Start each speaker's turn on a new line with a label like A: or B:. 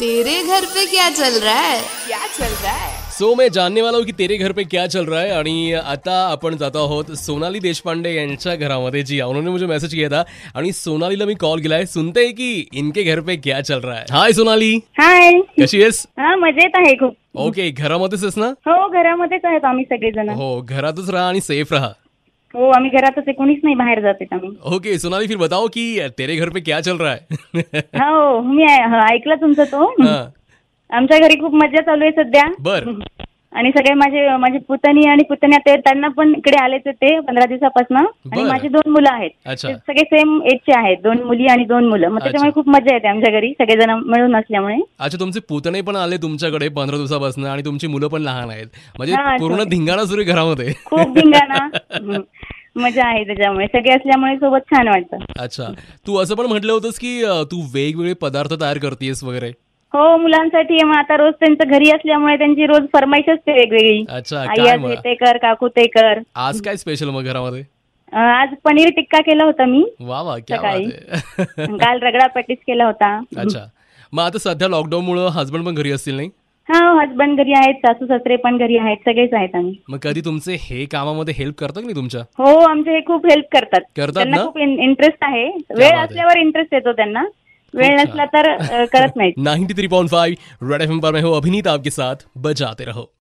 A: तेरे घर पे क्या चल रहा है क्या चल रहा है
B: सो मैं जानने वाला हूँ की तेरे घर पे क्या चल रहा है आणि आता आपण जात आहोत सोनाली देशपांडे यांच्या घरामध्ये जी उन्होंने मुझे मैसेज किया था आणि सोनालीला मी कॉल केलाय सुनते है की इनके घर पे क्या चल रहा है हाय सोनाली
C: हाय
B: कशी आहेस
C: हा मजेत आहे खूप
B: ओके घरामध्येच आहेस ना
C: हो घरामध्येच आहेत आम्ही सगळेजण
B: हो घरातच राहा आणि सेफ रहा
C: हो आम्ही घरातच आहे कोणीच नाही बाहेर जात आहेत आम्ही
B: ओके सोनाली फिर बताओ कि तेरे घर पे क्या चल रहा है
C: हो मी ऐ- ह, ऐकला तुमचा तो
B: हा,
C: आमच्या घरी खूप मजा चालू आहे सध्या
B: बर
C: आणि सगळे माझे माझे पुतणी आणि पुतण्या ते त्यांना पण इकडे आलेच होते पंधरा दिवसापासून आणि
B: बरं.
C: माझे दोन मुलं आहेत
B: अच्छा.
C: ते सगळे सेम एजचे आहेत दोन मुली आणि दोन मुलं मग त्याच्यामुळे खूप मजा येते आमच्या घरी सगळेजण मिळून असल्यामुळे
B: अच्छा तुमचे पुतणे पण आले तुमच्याकडे पंधरा दिवसापासून आणि तुमची मुलं पण लहान आहेत म्हणजे
C: हा,
B: पूर्ण धिंगाणा सुरू आहे घरामध्ये
C: खूप धिंगाणा हं. मजा आहे त्याच्यामुळे सगळे असल्यामुळे सोबत छान वाटतं
B: अच्छा तू असं पण म्हटलं होतंस की अं, तू वेगवेगळे पदार्थ तयार करतेस वगैरे
C: हो मुलांसाठी मग आता रोज त्यांचं घरी असल्यामुळे त्यांची रोज फरमाईश असते वेगवेगळी
B: अच्छा
C: आई
B: काय
C: आज हे
B: मग
C: ते कर काकू ते कर
B: आज काय स्पेशल मग घरामध्ये
C: अं, आज पनीर टिक्का केला होता मी
B: वा वा क्या बात आहे
C: काल रगडा पॅटीस केला होता
B: अच्छा मग आता सध्या लॉकडाऊन मुळे हसबंड पण घरी असतील नाही
C: हा हसबंड घरी आहेत सासू सासरे पण घरी आहेत सगळेच आहेत आम्ही
B: मग कधी तुमचे हे कामामध्ये हेल्प करतात की नाही तुमच्या
C: हो आमचे हे खूप हेल्प करतात
B: करतात
C: त्यांना
B: ना
C: खूप इंटरेस्ट आहे वेळ
B: आहे.
C: असल्यावर इंटरेस्ट येतो त्यांना वेळ नसला तर अं, करत नाहीत
B: ninety three point five red F पर मैं हूँ अभिनीत आपके साथ बजाते रहो